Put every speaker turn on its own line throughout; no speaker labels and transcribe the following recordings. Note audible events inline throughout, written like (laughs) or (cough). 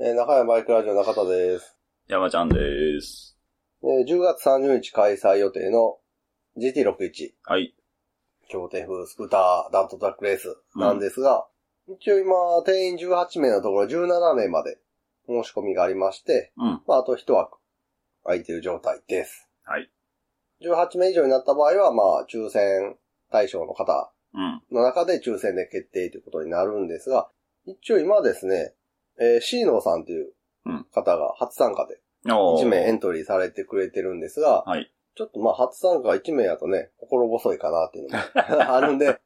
えー中山バイクラジオ中田です。
山ちゃんです。
えー10月30日開催予定の GT61
はい。
京都風スクーターダントトラックレースなんですが、一応今、定員18名のところ17名まで申し込みがありまして、
うん。
まあ、あと一枠空いてる状態です。
はい。
18名以上になった場合は、まあ、抽選対象の方
うん。
の中で抽選で決定ということになるんですが、一応今ですね、えー、シーノーさんという方が初参加で、
おー
1名エントリーされてくれてるんですが、
はい。
ちょっとまあ初参加が1名やとね、心細いかなっていうのも (laughs) あるんで、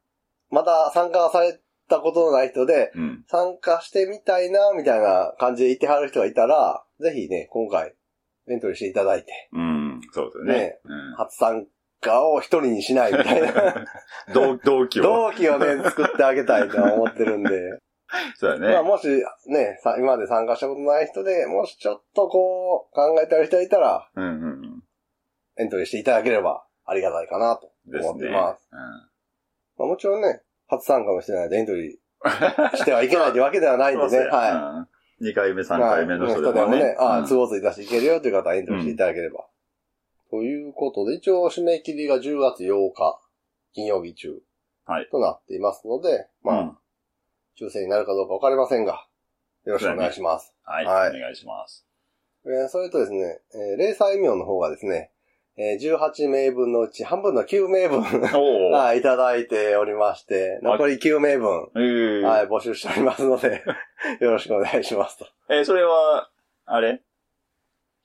また参加されたことのない人で、
うん。
参加してみたいな、みたいな感じで言ってはる人がいたら、ぜひね、今回、エントリーしていただいて、
うん。そうですよね。
ね初参加を一人にしないみたいな、 (laughs)
うん。同、同期を。
同期をね、作ってあげたいとは思ってるんで、
そう
ま
だ
あ
ね。
もしね、さ今まで参加したことない人で、もしちょっとこう、考えてある人がいたら、
うんうんうん。
エントリーしていただければありがたいかなと
で
思
す
って
ね。
ます。まあ、もちろんね、初参加もしてないでエントリ
(laughs)
ーしてはいけないというわけではないん
うん。
でね、は
はい。2回目、
い。
3回目の人でも
はい
ね。
あ
う
あ、
ん
都合ついたしいけるよという方はエントリーしていただければ。ということで、一応締め切りが10月8日、金曜日中
はい。
となっていますので、まあ、
うん
抽選になるかどうかわかりませんが、よろしくお願いします。
はい。
はい
お願いします。
えーそれとですね、えー、レーサー異名の方がですね、えー18名分のうち半分の9名分、
おー。
はい、いただいておりまして、残り9名分、
えー
はい、募集しておりますので、 (laughs) よろしくお願いしますと。
えー、それは、あれ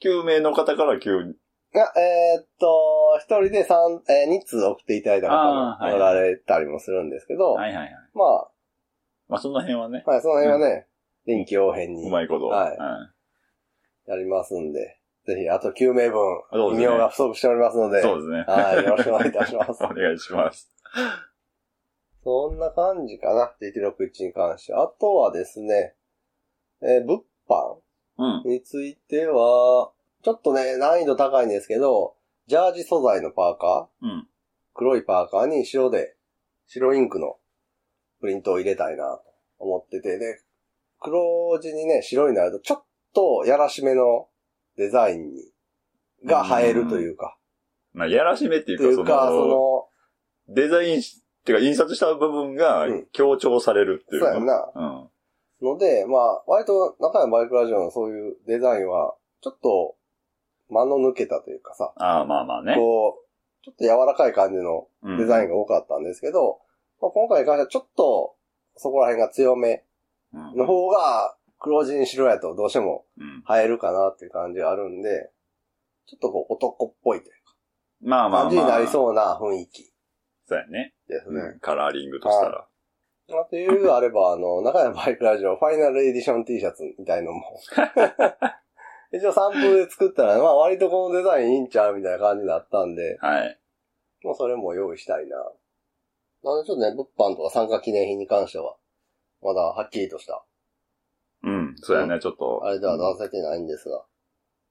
?9 名の方から9、
がえーっと、一人で三えー、2通送っていただいた方も
あーはい
おられたりもするんですけど、
はいはいはい。
ま
まあ、その辺はね、
あ、はい、その辺はね、臨機応変
う
に
まいこと。
はい
うん
やりますんで、ぜひ、あと9名分、
そうです
異
ね
名が不足しておりますので、
そうですね。
はい、よろしくお願いいたし
(laughs)
ます。
お願いします。
そんな感じかな、GT61 に関して。あとはですね、えー物販
うん。
については、ちょっとね、難易度高いんですけど、ジャージ素材のパーカー、
うん。
黒いパーカーに白で、白インクのプリントを入れたいなと思ってて、で、黒地にね、白になると、ちょっとやらしめのデザインに、が映えるというか、
まあ、やらしめってい
というう
か、
か、
そ
そ
の、
の、
デザインし、っていうか印刷した部分が
うん
強調されるっ
そ
ていううか。
やんな。
うん。
ので、まあ、割と中山バイクラジオのそういうデザインは、ちょっと、間の抜けたというかさ、
ああ、まあまあね。
こう、ちょっと柔らかい感じの
うん
デザインが多かったんですけど、まあ、今回に関してはちょっとそこら辺が強め
うん
の方が黒地に白やとどうしても
うん
映えるかなっていう感じがあるんで、ちょっとこう男っぽいという
まあまあま
感
あ。
じになりそうな雰囲気
そうやね。
です
う
ね。
んカラーリングとしたら。
まあ、というあれば、あの、中山バイクラジオファイナルエディション T シャツみたい
(laughs)
のも。一応サンプルで作ったら、まあ割とこのデザインいいんちゃうみたいな感じだったんで、
はい。
もうそれも用意したいな。なんでちょっとね、物販とか参加記念品に関しては、まだはっきりとした、
うん。そうやね、ちょっと。
あれでは出せてないんですが。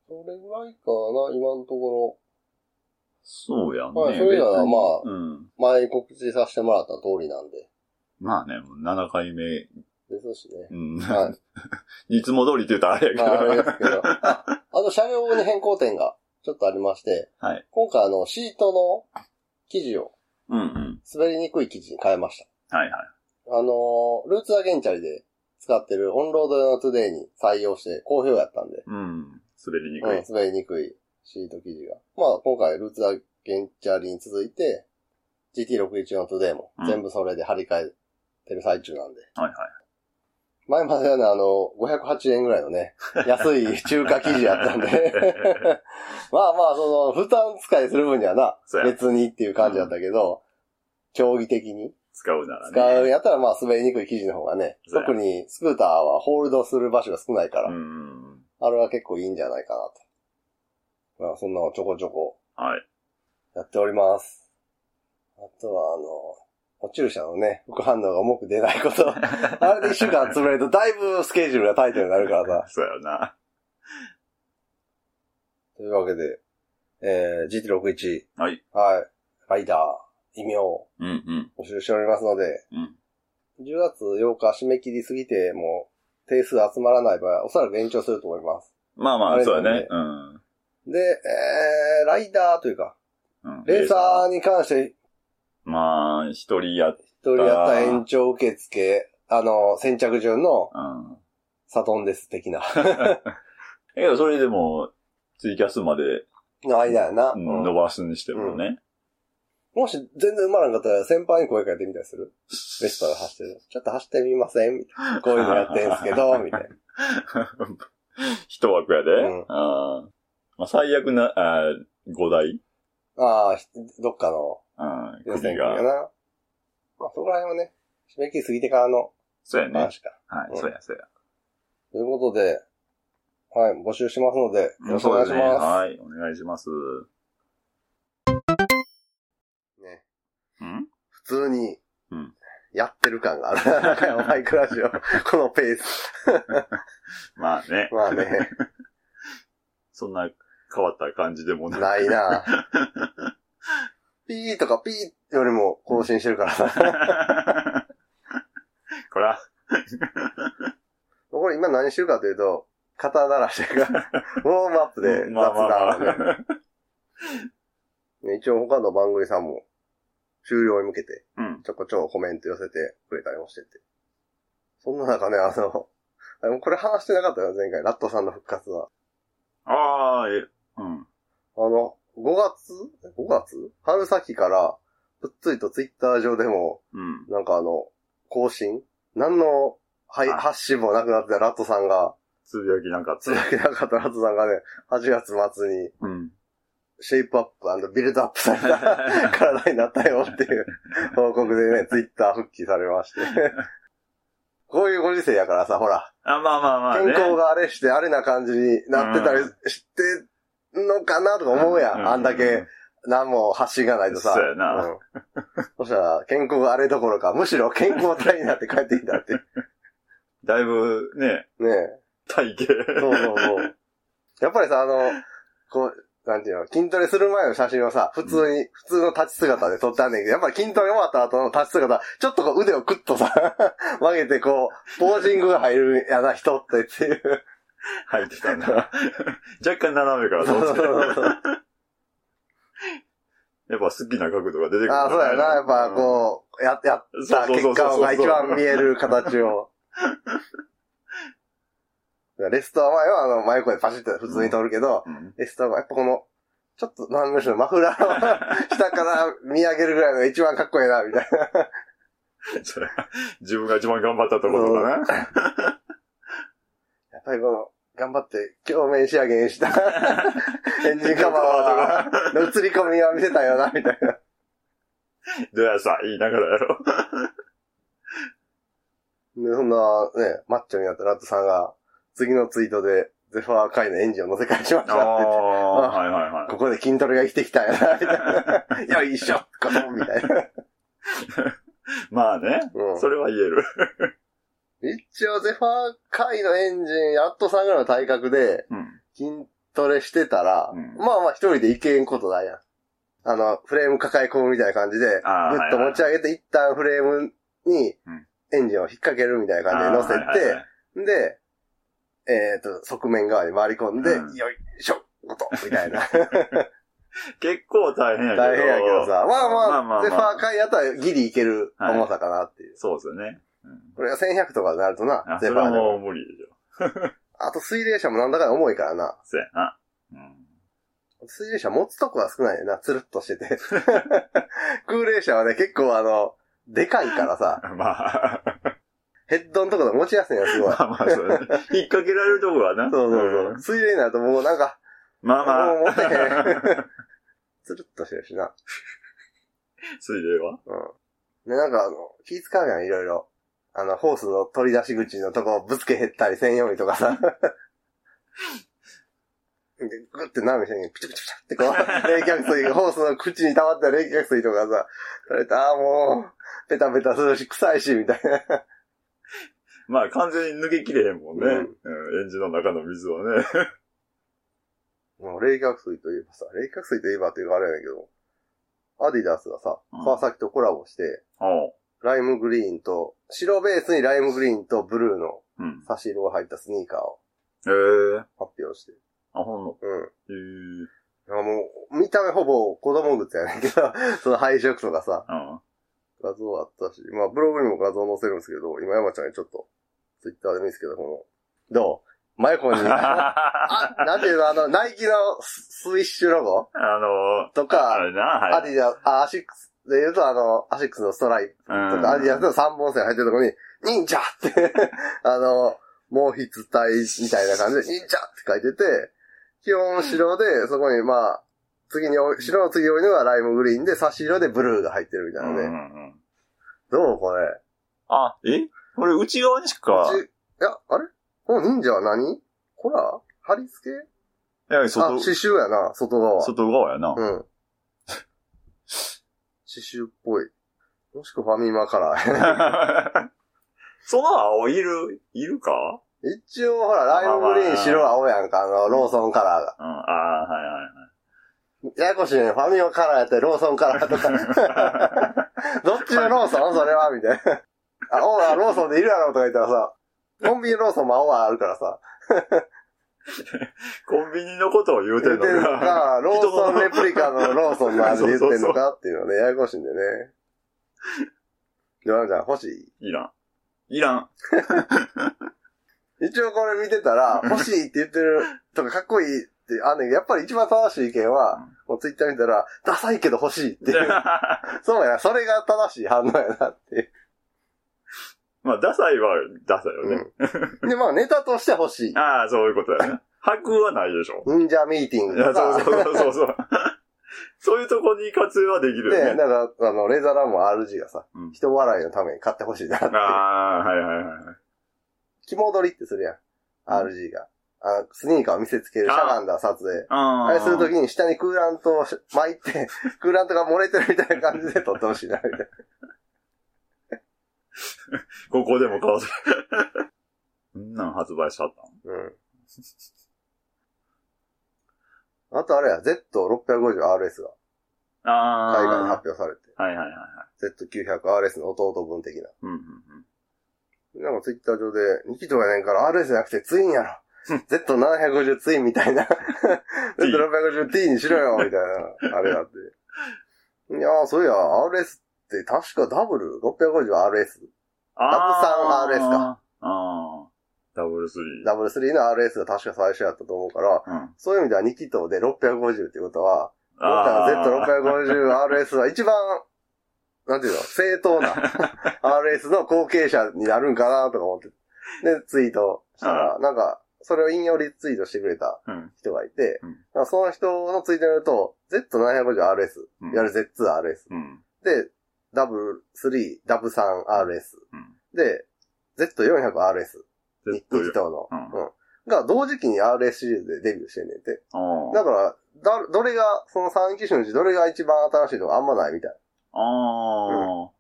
それぐらいかな、今のとこ
そうやね。
はいそういうのは
別にうん。
ろ、前告知させてもらった通りなんで。
まあね、もう7回目。
ですしね。
うん。、
はい
(laughs) つも通りって言ったらあれやけ
ま
ど。
あ、あれですけど。 (laughs) ああと、車両に変更点がちょっとありまして、
はい
今回あの、シートの生地を
うんうん。
滑りにくい生地に変えました。
はいはい。
あのールーツアゲンチャリで使ってるオンロード用のトゥデイに採用して好評やったんで、
うん。滑りにく
う
い
ん、。滑りにくいシート生地が。まあ、今回、ルーツアゲンチャリに続いて、GT61 のトゥデイも
うん
全部それで張り替えてる最中なんで。
はいはい。
前まではね、あの、508円ぐらいの
(laughs)
ね、安い中華生地やったんで。まあまあ、その、負担使いする分にはな
そう、や
別にっていう感じだったけど、競技的に
使うならね。
使うんやったら、まあ、滑りにくい生地の方がね、
そうや
特にスクーターはホールドする場所が少ないから、
うん。
あれは結構いいんじゃないかなと。まあ、そんなのちょこちょこ
はい。
やっております。あとは、あの、落ちる車のね、副反応が重く出ない (laughs) こと。あれで一週間潰れると、だいぶスケジュールがタイトになるからさ。
そうやな。
というわけで、えー、GT61。
はい。
はい。ライダー、異名、
うんうん。
募集しておりますので、
うん
10月8日締め切りすぎて、も定数集まらない場合は、おそらく延長すると思います。
まあま
あ
あ、
れ
そうだ
なん
ね
で。
うん。
で、えー、ライダーというか、
うん
レーサーに関して、
ー。まあ、一人や、うん。
一人やった延長受付、あの、先着順のサトンです的な。 (laughs)
だけど、それでも、ツイキャスまで、
の間やな。
うん
うん
伸ばすにしてもね。
もし全然埋まらんかったら先輩に声かけてみたりするベストが走ってる。ちょっと走ってみませんみたい
(laughs)
な。こういうのやってんすけど、みたいな。
一枠やで。
うん
あーまあ、最悪な、あー五台。
ああ、ひどっかの
うん。
予選組
国
やな
が。。
まあそこら辺はね、締め切り過ぎてからの
そうやね。はい
話か。、うん
そうや、そうや。
ということで、はい、募集しますので、よ
うん
ろしくお願いし
そうですね
ま
はい、お願いします。
す。ね
うん
普通に
うん、
やってる感がある。お (laughs) 前クラジオ、このペース。
まあね。
まあね、
そんな変わった感じでもない。
ないな。ピーとかピーよりも更新してるからさ。
(laughs) こら、
これ今何してるかというと、肩慣らしてる
(laughs)
から、ウォームアップで雑
まあまあ
談を
ま
ね
あ。
ね一応他の番組さんも終了に向けて、
(laughs) うん。
ちょこちょこコメント寄せてくれたりもしてて。そんな中ね、あの、あのこれ話してなかったよ、前回。ラットさんの復活は。
ああ、え、うん。
あの、5月 ?5 月春先から、ぷっつりとツイッター上でも、
うん。
なんかあの、更新何の、はい、
あ
発信もなくなってたラットさんが、
つぶやきなんかあっ
つぶやけなかったラットさんがね、8月末に、
うん。
シェイプアップビルドアップされ (laughs) た体になったよっていう報告でね、ツイッター復帰されまして。 (laughs) こういうご時世やからさ、ほら、
あ、まあまあまあ
健
ね。
康があれしてあれな感じになってたりしてんのかなとか思うやん。あんだけ。何も発信がないとさ。
そうやな
うんそしたら、健康があれどころか、むしろ健康体になって帰ってきたって。ね
だいぶね、
え。
体型。
そうそうそう。 (laughs) やっぱりさ、あの、こう、なんていうの、筋トレする前の写真をさ、普通に、普通の立ち姿で撮ってあんねんけど、やっぱり筋トレ終わった後の立ち姿、ちょっとこう腕をクッとさ、 (laughs) 曲げてこう、ポージングが入るやな、人ってっていう。
入ってたんだ。若干斜めから
そうそ
撮
う (laughs) そう
って。
そう。
やっぱ好きな角度が出てくる。
ああ、そうやな、やっぱこう、や、やった結果が一番見える形 (laughs) を。レストア前はあの、真横でパシッと普通に撮るけど、
うん。うん
レストア前、やっぱこの、ちょっと、なんでしょう、マフラーを下から見上げるぐらいのが一番かっこいいな、みたいな。
それ自分が一番頑張ったところだな。
やっぱりこの、頑張って、鏡面仕上げにしたエ
(laughs)
ンジンカバーの映り込みは見せたよな、みたいな。
でさ、言いながら
(laughs)
やろ。
で、そんな、ね、マッチョになったラットさんが、次のツイートで、ゼファー界のエンジンを乗せ替えしまし
あ
たって言って。
あ、はいはいはい。
ここで筋トレが生きてきたよな、み (laughs) たいな。よいしょ、このみたいな。
(laughs) まあね。
うん
それは言える。
一応、ゼファー界のエンジン、ラットさんぐらいの体格で、
うん。
筋トレしてたら、
うん
まあまあ一人でいけんことないやん。あの、フレーム抱え込むみたいな感じで、ぐっ
あー
と
はいはい
持ち上げて、一旦フレームに
うん
エンジンを引っ掛けるみたいな感じで乗せて、で、えっ、と、側面側に回り込んで、
うん
よいしょ、こと、みたい
(laughs)
な。
結構大変やけど。
大変やけどさ、まあまあ、ゼファー
か。
界やったらギリいける重さかなっていう。
そうですよね。うん
これが1100とかになるとな
あ、、
ゼ
そ
フ
れ
ァ
は
ーで
もう
も。
無理でしょ。
あと水冷車もなんだかんだ重いからな。
そうやな。うん。 (laughs)
水冷車持つとこは少ないよな、つるっとしてて。 (laughs) 空冷車はね、結構あの、でかいからさ、
まあ、
ヘッドのとこで持ちやすいのよすごい。
まあま
(laughs)
あ、そうね。引っ掛けられるとこはな。
そうそうそうう。
ん。
水冷になるともうなんか、
まあまあ
もう持てへん。つるっとしてるしな。、
(laughs) 水冷は
うん。で、なんかあの、気使うやん、いろいろ。あの、ホースの取り出し口のとこぶつけへったりせんようにとかさ。 (laughs) で、グって斜め下にピチャピチャピチャってこう、冷却水、ホースの口に溜まった冷却水とかさ、取れた、ああ、もう、ペタペタするし、臭いし、みたいな。
まあ、完全に抜けきれへんもんね。
う
うんん。エンジンの中の水はね。
もう冷却水といえばさ、冷却水といえばというかあれやねんけど、アディダスがさ、
うん
川崎とコラボして、
おう
ライムグリーンと、白ベースにライムグリーンとブルーの
うん。
差し色が入ったスニーカーを
ええ
発表して。
あ、ほんの。
うん。
えー。
いやもう、見た目ほぼ子供靴やねんけど、 (laughs) その配色とかさ、
(laughs) あ
画像あったし、まあブログにも画像載せるんですけど、今山ちゃんにちょっと、ツイッターで見つけたこの、どうマイ
(laughs)
コンに、あ、
あ
なんていうの、あの、ナイキのススイッシュロゴ
あのー、
とか
あれな、は
ア
い。
ディダス、あ、アシックスで言うとあの、アシックスのストライプ
う
と
ん
か、アディダスの3本線入ってるとこに、忍者って、 (laughs) あの、毛筆体みたいな感じで、忍者って書いてて、基本白で、そこにまあ、次にお、白の次多いのがライムグリーンで、差し色でブルーが入ってるみたいなね。
うんうんうん
どうこれ。
あ、えこれ内側にしか、
うちいや、あれこの忍者は何ホラー貼り付け
いや
あ、
外、
刺繍やな、外側。
外側やな。 (laughs)
うん。刺繍っぽい。もしくはファミマカラー。
(laughs) その青いる、いるか
一応、ほら、ライムグリーン、白、青やんか、あの、ローソンカラーが。
うん、ああ、はいはいはい。
ややこしいね。ファミマカラーやったり、ローソンカ (laughs) ラーとか。 (laughs) どっちがローソンそれはみたいな。あ、青はローソンでいるやろとか言ったらさ、コンビニローソンも青はあるからさ、
コンビニのことを言うて
言
ん
っ
の
てんの
か。
か、ローソンレプリカのローソンの味で言ってんのかっていうのね、ややこしいんでね。でもあんちゃん、欲しい
いらん。いらん。 (laughs)
一応これ見てたら、欲しいって言ってるとかかっこいいって、あんねんけどやっぱり一番正しい意見は、もうツイッター見たら、ダサいけど欲しいっていう。そうやな、それが正しい反応やなっていう。
まあ、ダサいはダサいよね。
うん。で、まあネタとして欲しい。
ああ、そういうことやね。白はないでし
(laughs)
ょ。
忍者ミーティング
いや、
と
そ
か
う。そうそうそう。 (laughs) そういうとこに活用はできる
で、
よね。
なんか、あの、レーザーランも RG がさ、
うん
人笑いのために買ってほしいなって
あ。あ、はいはいはい。
肝戻りってするやん。RG が。あのスニーカーを見せつける、しゃがんだ撮影。
あ
あれするときに下にクーラントを巻いて、 (laughs) クーラントが漏れてるみたいな感じで撮ってほしいな、みたいな。
ここでも買わせる。 (laughs) こんなん発売しち
(laughs)
ゃったの
うん。あとあれや、Z650RS が
あ
海外に発表されて、
はいはいはいはい。
Z900RS の弟分的な。
うんうん
なんかツイッター上で、2気筒やねんから RS じゃなくてツインやろ。Z750 ツインみたいな。Z650T にしろよ、みたいな、あれだって。いやー、そういや、RS って確かダブル ?650RS?
あー
ダブ 3RS か。
ああ。ダブルスリー。
ダブル3の RS が確か最初やったと思うから、
うん。
そういう意味では2気筒で650ってことは、僕
あー
ら Z650RS は一番、なんていうの、正当
(laughs)
な RS の後継者になるんかなとか思って。で、ツイートしたら、なんか、それを引用リツイートしてくれた
うん。
人がいて
うん、
なんかその人のツイートによると、Z750RS、
うん
いわゆる Z2RS。
うん。
で、W3、W3RS。で、Z400RS。
うん。
ニ気筒の。
うん
うんが、同時期に RS シリーズでデビューしてんねんて。
あー
だから、だ、どれが、その3機種のうちどれが一番新しいとかあんまないみたい。
あ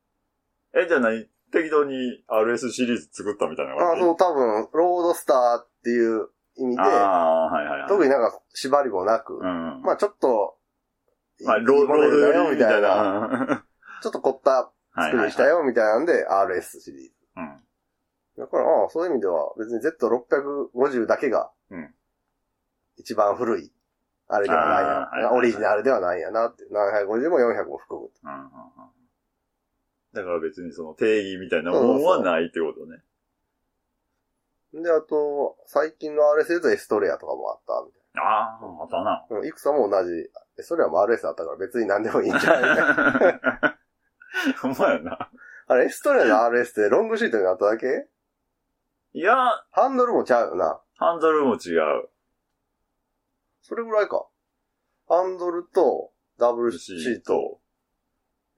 ー。え、じゃあ何適当に RS シリーズ作ったみたいな
あ
感じ
そう、多分、ロードスターっていう意味で、
あー、はいはいはい。
特になんか縛りもなく、
うん。
まあちょっと、
まあ、ロー
いい
ド
モデルだ
よ
よ
り
み
み
た
た
い
いな。
な、
(laughs) は
ちょっと凝った
い
作
は
り
い
した。よみたいなんで、RS シリーズ。
うん。
だから、ああそういう意味では、別に Z650 だけが
うん、
一番古い、あれではないや
あーはいはいは
ないオリジナルではないんやなって。750も400も含む。
うんうんうんだから別にその定義みたいなもんはないってことね。
で、あと、最近の RS で言うとエストレアとかもあったみたいな。
ああ、あったな。
うん、いくつかも同じ。えそれはもう RS だったから別に何でもいいんじゃないみ
(laughs)
たいな
ほんまやな。
あれ、エストレアの RS ってロングシートになっただけ
いや、
ハンドルもちゃうよな。
ハンドルも違う。
それぐらいか。ハンドルとダブルシート。。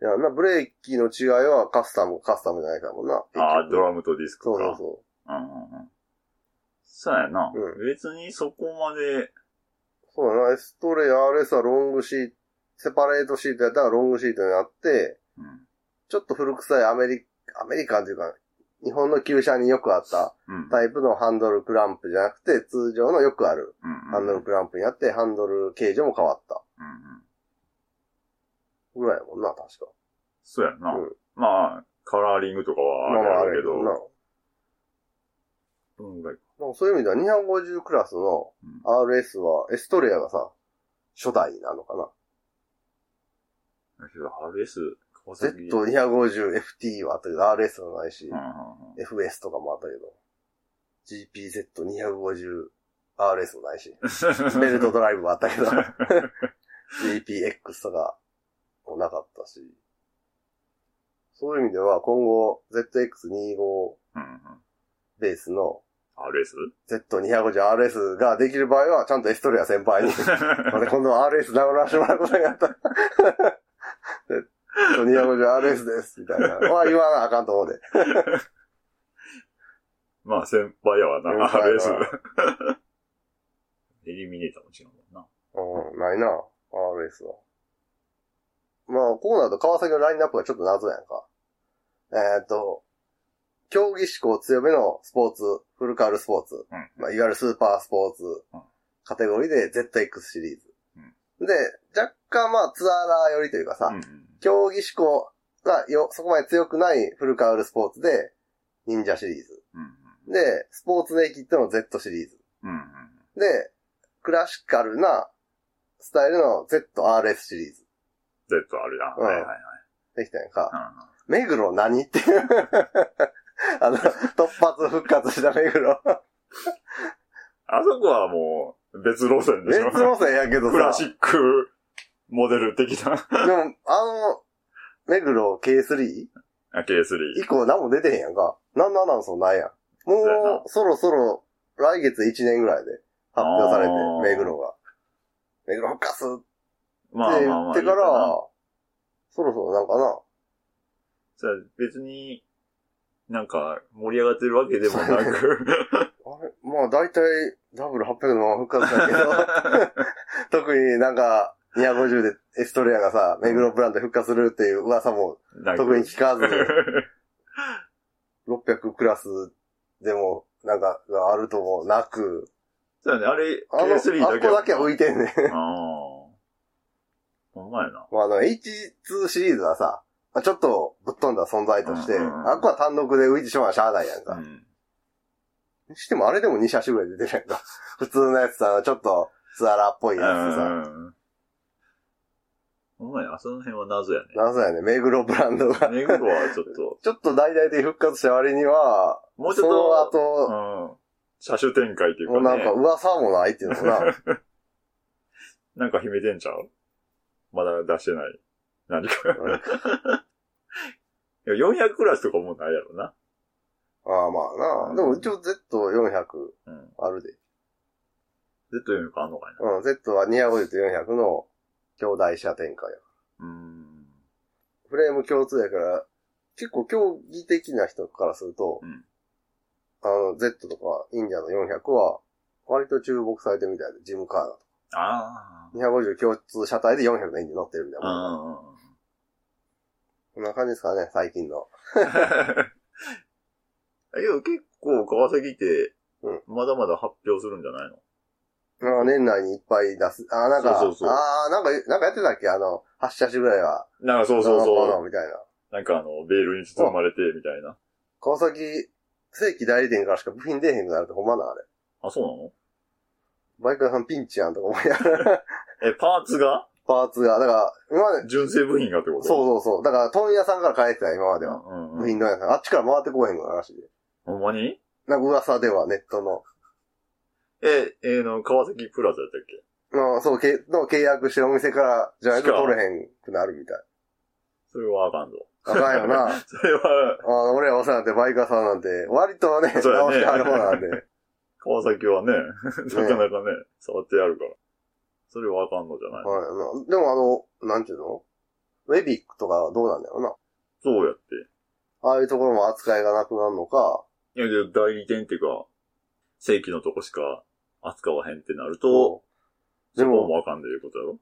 いや、な、ブレーキの違いはカスタム、カスタムじゃないからもんな。
ああ、
結局
ドラムとディスクか。
そうそうそう。
うんうんうん。そうやな。
う
別にそこまで、
そうだな、エストレア RS はロングシート、セパレートシートやったらロングシートになって、
うん。
ちょっと古臭いアメリ、アメリカンというか、日本の旧車によくあった
うん。
タイプのハンドルクランプじゃなくて、通常のよくある
うんうん
ハンドルクランプになって、ハンドル形状も変わった。
うんうん。
ぐらいやもんな、確か。
そうやな
うん。
まあ、カラーリングとかはあるやろうけど。
な。
そのぐらいか。
なんかそういう意味では250クラスの
うん
RS はエストレアがさ、初代なのかな
だけど、RS、川崎。
?Z250FT はあったけど RS はないし、
うんうんうん。
FS とかもあったけど、GPZ250RS もないし、ベルトドライブもあったけど、GPX とかもなかったし、そういう意味では今後 ZX25
うんうん。
ベースの
RS?
Z250RS ができる場合は、ちゃんとエストレア先
(laughs)
輩に、また今度は RS ダウンロードしてもらうことになった。Z250RS です、みたいな。は言わなあかんと思うで。
(laughs) まあ、先輩やわな、
先輩や
RS。エリミネーターも違うもんな。
うん、ないな、RS は。まあ、こうなると川崎のラインナップがちょっと謎やんか。えーっと、競技志向強めのスポーツ、フルカールスポーツ、
うん
まあ、いわゆるスーパースポーツ
うん、
カテゴリーで ZX シリーズ。で、若干まあツアーラー寄りというかさ、
うんうん。
競技志向がよ、そこまで強くないフルカウルスポーツで、忍者シリーズ。
うん
で、スポーツネイキッドの Z シリーズ。
うん。うんうん。
で、クラシカルなスタイルの ZRS シリーズ。
Z あるやん。
うん
はいはいはい。
できたやんか。
うんうん
目黒何っていう。 (laughs) あの、突発復活した目黒。
あそこはもう、別路線でし
別
ょ。
路線やけど
クラ
さ
シ。ックモデル的な。
でも、あの、目黒 K3
あ K3。
以降何も出てへんやんか。何のアナウンスもないやん。も
そうやな
う、そろそろ、来月1年ぐらいで発表されて
あー、
目黒が。目黒復活って
まあまあ
言
ま
っ
あ。
てから、
いいな
そろそろなんかな。
さあ別に、なんか、盛り上がってるわけでもなく、
あれまあ大体、ダブル800の復活だけ
(laughs)
ど、特になんか、250でエストレアがさ、目黒ブランド復活するっていう噂も
なんか
特に聞かず、600クラスでも、なんか、があるともなく、
そうだね、あれ、
あの、あ
K3 だ
っ
け
こだけは浮
い
いてんねん (laughs)
ああ。ほんまやな。
まあ、あの、H2 シリーズはさ、まあ、ちょっとぶっ飛んだ存在として、
うんうんうん
あっこは単独で浮いてしまうのはしゃあないやん
う
か。
ん。
にしてもあれでも2車種ぐらい出てるやんか。普通のやつさ、ちょっとツアラっぽいやつさ。
うんほんまや、その辺は謎やね。
なぜやね、目黒ブランドが。
目黒はちょっと、
ちょっと大々的に復活した割には、
もうち
そ
ょっ
の
と、
後、
うん。車種展開っていうか、
もう
ね、
な
な
んん
か
か、噂もないっていうの
(laughs)
かな。
なんか秘めてんちゃうまだ出してない。
(laughs)
何か。いや400クラスとかもうないやろな。
ああ、まあな。でも一応 Z400
うん。
あるで。
Z よりもあんのかいな。
うん、Z は250と400の兄弟車展開や。
うーん。
フレーム共通やから、結構競技的な人からすると、
うん
あの、Z とか、インディアの400は、割と注目されてるみたいで、ジムカーだと。
あ
250共通車体で400のエンジン乗ってるみたい
あ。う
な。
んうんうん。
こんな感じですかね、最近の。
い (laughs) や、結構川崎って
うん、
まだまだ発表するんじゃないの、
まあ、年内にいっぱい出す。あー、なんか、
そうそうそう
あー、なんか、なんかやってたっけあの、発車種ぐらいは。
なんかそうそう
どのこ
そ
のみたいな。
う。なんかあの、ベールに包まれて、みたいな。
川崎、正規代理店からしか部品出えへんくなるってほんまな、あれ。
あ、そう
バイク屋さんピンチやんとか思いながら、 (laughs)
なのえ、パーツが
パーツが。だから、今まで、
純正部品がってこと
そう
う。
そうそう。だから、問屋さんから帰ってた、今までは。
うん
部
うん。
品問屋さん。あっちから回ってこうへんの話で。
ほんまに
なんか噂では、ネットの。
え、えーの、川崎プラザやったっけ
まあ、そう、けの契約してるお店から、じゃないと取れへんくなるみたい。
それはあかんぞ。
あかんよ
(laughs)
な。
それは、
あの俺らお世話になって、バイカーさんなんて、割とね、
そうやね
直してはる方なんで。
川崎はね、なかなかね、触ってやるから。それはあかんのじゃない、
はいあの。でもあの、なんていうのウェビックとかはどうなんだろうな。
そうやって。
ああいうところも扱いがなくなるのか、
いや、で、代理店っていうか、正規のとこしか扱わへんってなると、
で
どう
も、
もあかんでいうことやろ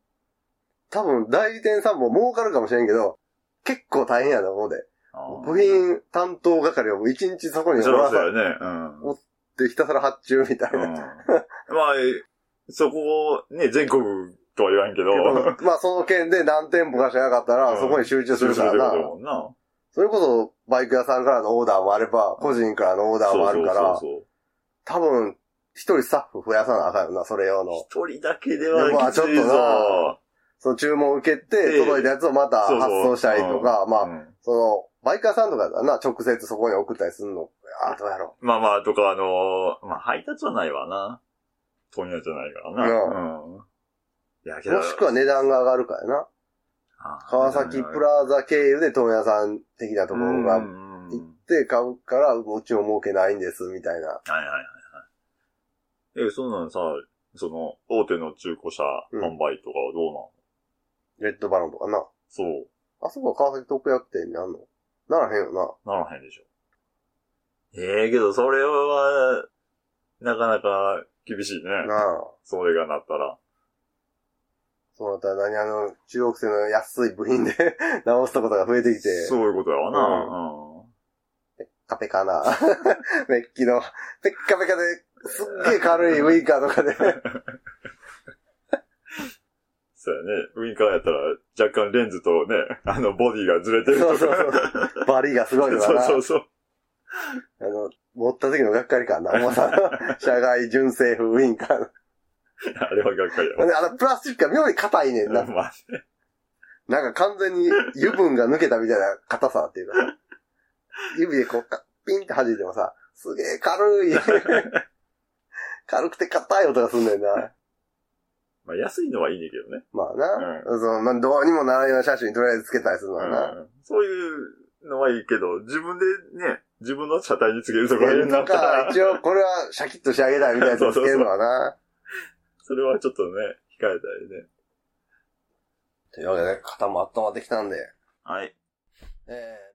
多分代理店さんも儲かるかもしれんけど、結構大変やと思うで。
あー
部品担当係を一日そこに
そ
お
う
ら
そう
さ
よね。うん。
(laughs) おってひたすら発注みたい
うん、
な。
まあ、そこ、ね、全国とは言わんけど、
けどまあその件で何店舗かしなかった
う
ら、
ん
そこに集中す
そう
る
す
か
る
ら
って
な
こと。やもんな。
それこそバイク屋さんからのオーダーもあれば、個人からのオーダーもあるから、
そう
多分、一人スタッフ増やさなあかんよな、それ用の。
一人だけで
いやま
は
あ
きつ
ち
い
ょっと
ぞ
な。その注文受けて、
ええ
届いたやつをまた
そう
発
そう
送したりとか、まあ、
うん
その、バイカーさんとかだな、直接そこに送ったりするの。ああ、どうやろ
まあまあ、とか、あのーまあ、配達はないわな。問屋じゃないからな。うん。いや、け
う。
ど。
もしくは値段が上がるからな。
あー
川崎プラザ経由で問屋さん的なところ
う
が
んうん
行って買うから、うちを儲けないんです、みたいな。
はいはいはいはい。え、そんなのさ、その、大手の中古車
うん
販売とかはどうなの、
レッドバロンとかな。
そう。
あそこは川崎特約店にあんのならへんよな。
ならへんでしょ。ええけど、それは、なかなか厳しいね。
なあ。
それがなったら。
そうなったら何あの、中国製の安い部品で (laughs) 直すとことが増えてきて、
そういうことやわな。うん。
カペカな、 (laughs) メッキの、ペッカペカで、すっげえ軽いウィンカーと (laughs) かで、
そうやね。ウィンカーやったら、若干レンズとね、 (laughs) あの、ボディがずれてるとか。
そうそうバリがすごいのかな。
そうそう
あの、持った時のがっかり感な、重さ (laughs) の。社外純正風ウィンカーの。
そうあれはがっかり
ほんであの、プラスチックが妙に硬いねん
やわ。
な。
まあ、
なんか完全に油分が抜けたみたいな硬さっていうかさ、指でこうか、ピンって弾いてもさ、すげえ (laughs) 軽い。軽くて硬い音がすんだよな。
まあ、安いのはいいねんけどね。
まあな。そのまあ、どうにもならないような写真にとりあえずつけたりするのはな。
うんそういうのはいいけど、自分でね、自分の車体につけるとかいう
な
の
んか、
か、
一応これはシャキッと仕上げたいみたいなやつをつけるのはな。
(laughs) それはちょっとね、控えたいね。
というわけで、肩も温まってきたんで。
はい。
えー